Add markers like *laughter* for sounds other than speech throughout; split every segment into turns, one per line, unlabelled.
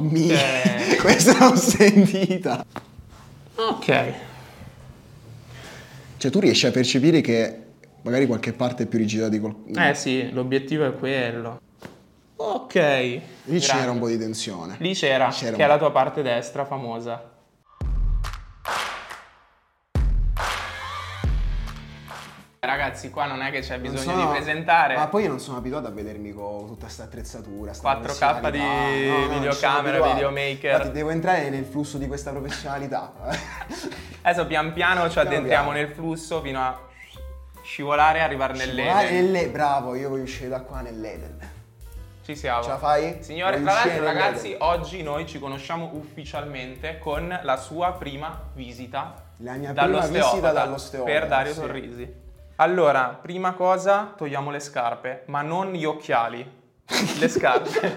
Mi.
Ok.
*laughs* Questa l'ho sentita.
Ok.
Cioè, tu riesci a percepire che magari qualche parte è più rigida di qualcuno.
Eh sì, l'obiettivo è quello. Ok.
Lì c'era
Grande.
un po' di tensione.
Lì c'era,
C'era
che
un-
è la tua parte destra famosa. Ragazzi, qua non è che c'è bisogno
Non sono-
di presentare.
Ma poi io non sono abituato a vedermi con tutta questa attrezzatura. sta
4K di
professionalità. No, no, non ci sono
videocamera,
abituato.
videomaker.
Infatti devo entrare nel flusso di questa
*laughs*
professionalità.
Adesso pian piano ci
Piano
addentriamo
piano.
nel flusso fino a scivolare e arrivare
Scivolare
nell'Eden.
nelle- Bravo, io voglio uscire da qua nell'Eden.
Ci siamo.
Ce la fai?
Signore,
Voglio
tra
uscire
l'altro
nell'Eden.
ragazzi, oggi noi ci conosciamo ufficialmente con la sua prima visita
La mia prima
dall'osteopata,
visita dall'osteopata.
per Dario
sì.
Sorrisi. Allora, prima cosa, togliamo le scarpe, ma non gli
*laughs*
occhiali. Le scarpe.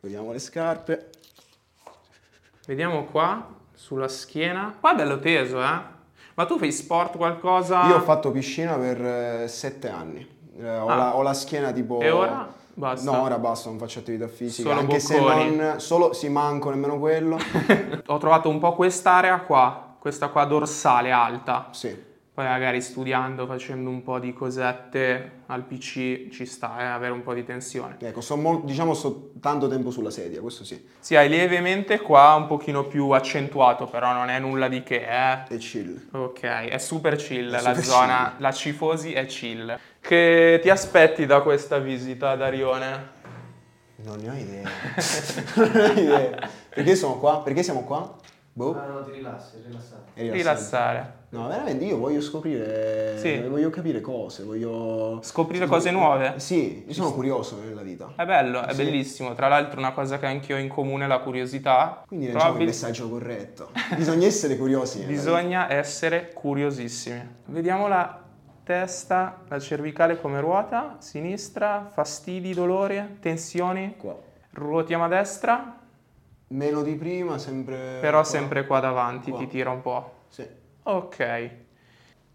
Togliamo le scarpe.
Vediamo qua sulla schiena. Qua è bello teso, eh? Ma tu fai sport qualcosa?
Io ho fatto piscina per eh, sette anni. Eh, ho,
Ah.
la, ho la schiena tipo.
E ora? Basta.
No, ora basta, non faccio attività fisica.
Solo
anche
bocconi.
se non. Solo si manco
*laughs*
nemmeno quello.
Ho trovato un po' quest'area qua, questa qua dorsale alta.
sì.
Poi magari studiando, facendo un po' di cosette al PC ci sta, eh, avere un po' di tensione.
Ecco, sto mol- diciamo sto tanto tempo sulla sedia, questo sì.
Sì, hai lievemente qua un pochino più accentuato, però non è nulla di che, eh.
E chill.
Ok, è super chill
È
la
super
zona, la cifosi è chill. Che ti aspetti da questa visita, Darione?
Non ne ho idea. *laughs* non ne ho idea. Perché sono qua? Perché siamo qua? Boh.
Ah, no, ti rilassi, rilassati.
È rilassante.
Rilassare,
No, veramente io voglio scoprire,
Sì.
voglio capire cose, voglio...
scoprire cose nuove.
Sì, io sono curioso nella vita.
È bello, è
Sì.
bellissimo. Tra l'altro, una cosa che anch'io ho in comune è la curiosità.
Quindi diciamo lanciamo
Probabil-
il messaggio corretto. Bisogna essere curiosi. nella vita.
bisogna essere curiosissimi. Vediamo la testa, la cervicale come ruota, sinistra, fastidi, dolore, tensioni.
Qua.
Ruotiamo a destra,
Meno di prima, sempre...
però
Eh, qua.
sempre qua davanti,
Qua.
ti tira un po'.
Sì,
Ok.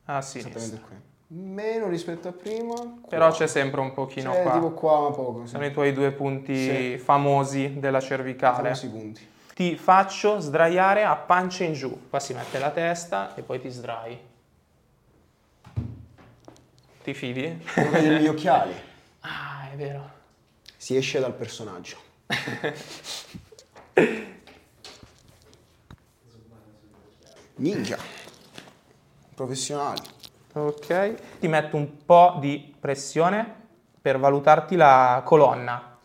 A sinistra.
esattamente qui. Meno rispetto a prima. qua.
Però c'è sempre un pochino
C'è
qua.
tipo qua ma poco. Sì.
Sono i tuoi due punti
Sì.
famosi della cervicale.
Famosi punti.
Ti faccio sdraiare a pancia in giù. Qua si mette la testa e poi ti sdrai. Ti fidi?
Devo togliermi gli occhiali.
Ah, è vero.
Si esce dal personaggio. Ninja. Professionale.
Ok. Ti metto un po' di pressione per valutarti la colonna.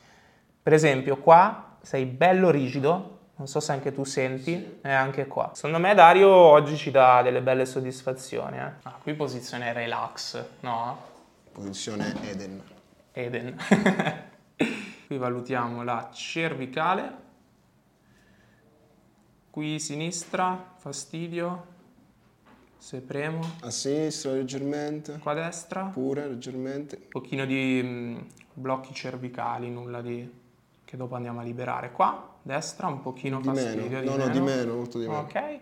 Per esempio, qua sei bello rigido. Non so se anche tu senti, e anche qua. Secondo me Dario oggi ci dà delle belle soddisfazioni. eh. Ah, qui posizione relax, no?
Posizione Eden.
Eden. *laughs* Qui valutiamo la cervicale. Qui sinistra, fastidio. Se premo.
A sinistra leggermente.
Qua destra, un
Pure leggermente.
pochino di mh, blocchi cervicali, nulla di... che dopo andiamo a liberare. Qua, destra, un pochino
Di
fastidio.
meno. No, no, di meno, molto di meno.
Ok,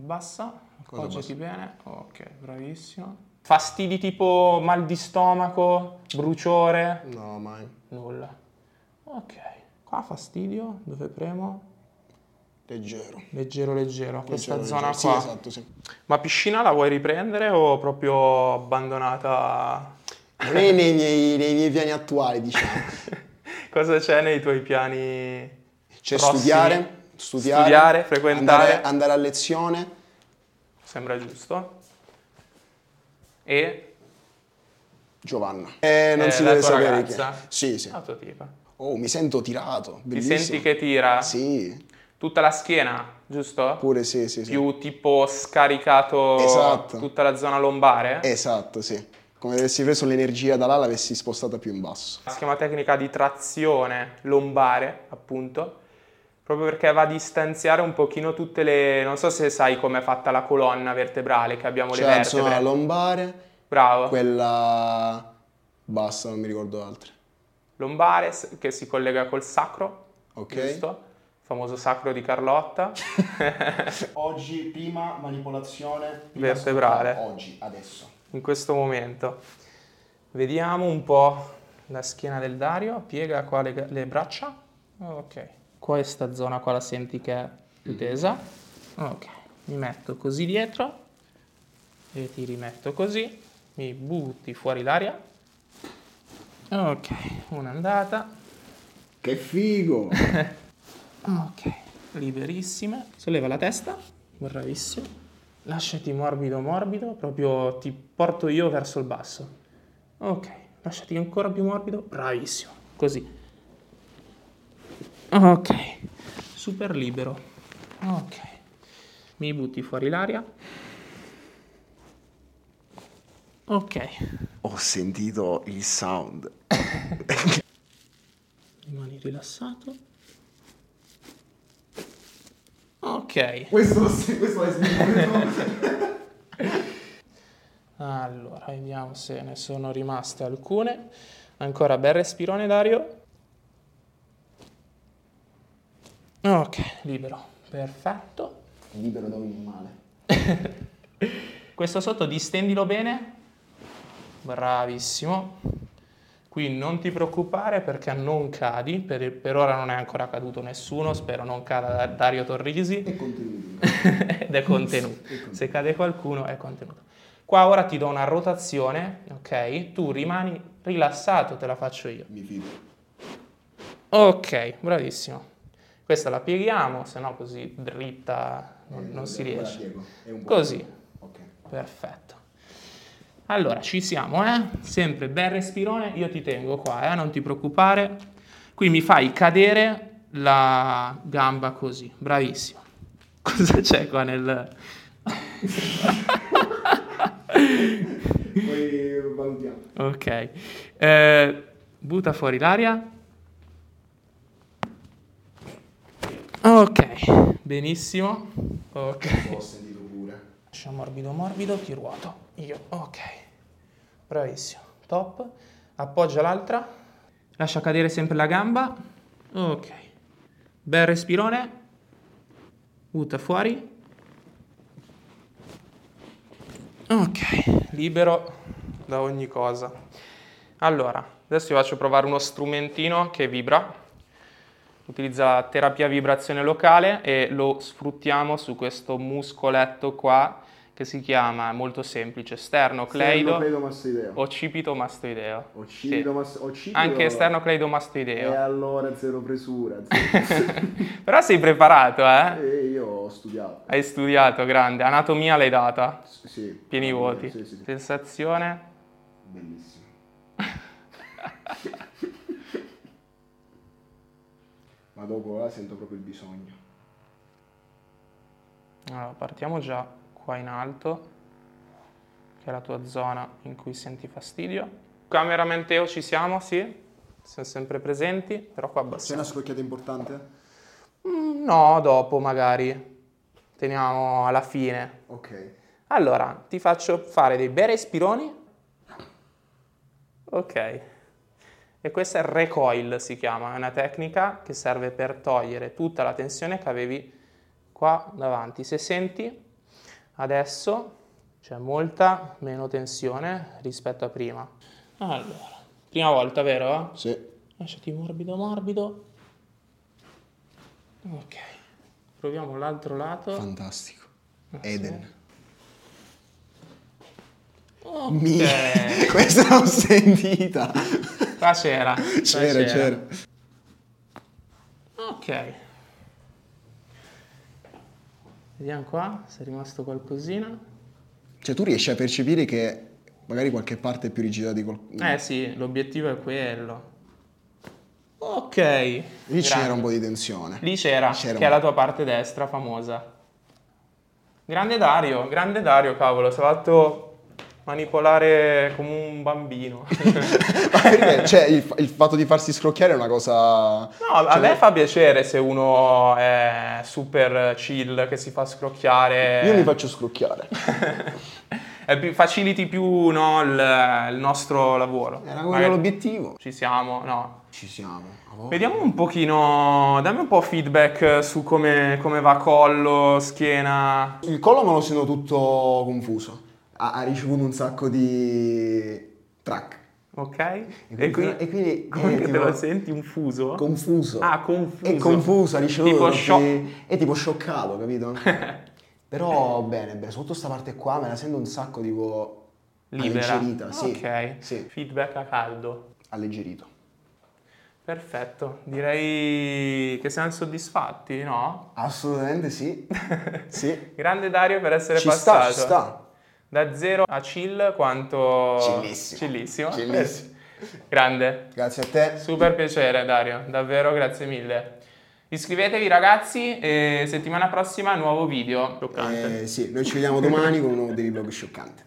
abbassa,
Cosa
appoggiati bene. Ok, bravissimo. Fastidi tipo mal di stomaco, bruciore.
No, mai.
Nulla. Ok. Qua fastidio, dove premo?
Leggero.
Leggero, leggero. Questa
Leggero,
zona
leggero. Sì,
qua.
esatto, sì.
Ma piscina la vuoi riprendere o proprio abbandonata? *laughs*
Non è nei miei, nei miei piani attuali, diciamo.
Cosa c'è nei tuoi piani?
C'è
Prossimi.
Cioè, studiare, studiare,
Studiare, frequentare.
andare, andare a lezione,
Sembra giusto. E
Giovanna. Eh, non
Eh,
si
la
deve
tua
sapere
ragazza?
chi è. Sì, sì.
la tua tipa.
Oh, mi sento tirato.
Ti
Bellissimo.
senti che tira?
Sì,
Tutta la schiena, giusto?
pure sì, sì, sì.
Più tipo scaricato
Esatto.
tutta la zona lombare?
Esatto, sì. Come se avessi preso l'energia da là, l'avessi spostata più in basso.
Si chiama tecnica di trazione lombare, appunto, proprio perché va a distanziare un pochino tutte le... Non so se sai com'è fatta la colonna vertebrale, che abbiamo
C'è
le
Cioè, la
vertebre.
zona lombare,
Bravo.
quella... Basta, non mi ricordo altre.
Lombare s- che si collega col sacro,
Ok.
giusto? Il famoso sacro di
*laughs*
Carlotta.
Oggi, prima manipolazione
prima Vertebrale. scoperta.
Oggi, adesso.
in questo momento. Vediamo un po' la schiena del Dario, piega qua le, le braccia, ok, questa zona qua la senti che è più tesa. Ok, mi metto così dietro e ti rimetto così, mi butti fuori l'aria. Ok, un'andata.
Che figo!
Ok, liberissima. Solleva la testa, bravissimo. Lasciati morbido, morbido, proprio ti porto io verso il basso. Ok, lasciati ancora più morbido, bravissimo. Così. Ok, super libero. Ok, mi butti fuori l'aria. Ok,
*laughs* Ho sentito il sound.
rimani rilassato. Ok.
Questo, questo l'hai *laughs* sentito.
Allora, vediamo se ne sono rimaste alcune. Ancora bel respirone, Dario. Ok, libero. Perfetto.
Libero da ogni male.
Questo sotto distendilo bene. Bravissimo. Qui non ti preoccupare perché non cadi. Per, per ora non è ancora caduto nessuno. Spero non cada Da- Dario Torrisi.
E contenuti.
*laughs*
ed è contenuto. Se cade qualcuno è contenuto. Qua ora ti do una rotazione, ok? Tu rimani rilassato, te la faccio io.
Mi fido.
Ok, bravissimo. Questa la pieghiamo, se no così dritta non, non si
Guarda,
riesce.
Diego, è un po'
Così,
Ok.
perfetto. Allora, ci siamo, eh? Sempre bel respirone, io ti tengo qua, eh? Non ti preoccupare. Qui mi fai cadere la gamba così, bravissimo. *laughs* Cosa c'è qua nel...
Poi valutiamo.
Ok, Eh, butta fuori l'aria. Ok, benissimo. Ok,
Ho sentito pure.
lascia morbido, morbido, ti ruoto. Io, ok, bravissimo, top. Appoggia l'altra, lascia cadere sempre la gamba. Ok, bel respirone, butta fuori. Ok, libero da ogni cosa. Allora, adesso vi faccio provare uno strumentino che vibra. Utilizza la terapia vibrazione locale e lo sfruttiamo su questo muscoletto qua che si chiama, è molto semplice,
Sternocleido
sternocleido
mastoideo.
occipito mastoideo.
Occipido mas- occipido-
Anche
E
sternocleidomastoideo.
allora zero presura.
*laughs*
zero- Eh.
Però sei preparato, eh?
e io ho studiato.
Hai studiato, grande. Anatomia l'hai data.
S- sì.
Pieni
Ah,
vuoti.
Sì, sì, sì.
Sensazione.
Bellissimo. *laughs* Ma dopo là sento proprio il bisogno.
Allora, partiamo già qua in alto, che è la tua zona in cui senti fastidio. Cameraman Teo ci siamo, sì? Siamo sempre presenti, però qua
C'è
abbassiamo.
una scocchiata importante?
Mm, No, dopo magari. Teniamo alla fine.
Ok.
Allora, ti faccio fare dei bei respironi. Ok. E questa è recoil, si chiama, è una tecnica che serve per togliere tutta la tensione che avevi qua davanti. Se senti, adesso c'è molta meno tensione rispetto a prima. Allora, prima volta, vero?
Sì.
Lasciati morbido, morbido. Ok. Proviamo l'altro lato.
Fantastico. Eden. Mi- *laughs*
Ok.
Questa l'ho sentita.
Qua c'era. qua
*laughs* C'era, c'era.
Ok. Vediamo qua se è rimasto qualcosina.
Cioè tu riesci a percepire che magari qualche parte è più rigida di qualcuno.
Eh sì, l'obiettivo è quello. Ok. Lì
Lì c'era un po' di tensione.
Lì c'era,
C'era
che
un-
è la tua parte destra famosa. Grande Dario, grande Dario, cavolo, si è fatto manipolare come un
*laughs*
bambino.
Ma *laughs* perché? Cioè il, il fatto di farsi scrocchiare è una cosa...
No, a
Cioè
me fa piacere se uno è super chill, che si fa scrocchiare.
Io mi faccio scrocchiare.
*laughs* È più- faciliti più no, il, il nostro lavoro.
Era
Magari
quello l'obiettivo.
Ci siamo, no.
Ci siamo. a voi.
Vediamo un pochino, dammi un po' feedback su come, come va collo, schiena.
Il collo me lo sento tutto confuso. Ha, ha ricevuto un sacco di track.
ok?
E quindi, e quindi,
*laughs* come
eh,
che te
tipo-
lo senti un fuso?
Confuso.
Ah, confuso.
È confuso, "Oh, dicevo.
Tipo
Tipo
scio-
È tipo scioccato,
*laughs*
capito? Però bene, bene, soprattutto sta parte qua me la sento un sacco tipo
Libera.
alleggerita, sì.
Ok.
Sì,
Feedback a caldo.
alleggerito.
Perfetto. Direi che siamo soddisfatti, no? *laughs*
Assolutamente sì. Sì.
Grande Dario per essere
Ci sta,
passato.
ci sta.
Da zero a chill quanto...
Chillissimo.
Chillissimo.
Chillissimo.
*laughs* Grande.
Grazie a te.
Super piacere Dario, davvero grazie mille. Iscrivetevi ragazzi e settimana prossima nuovo video. Toccante.
Eh, sì, noi ci vediamo domani con un nuovo Daily Vlog scioccante.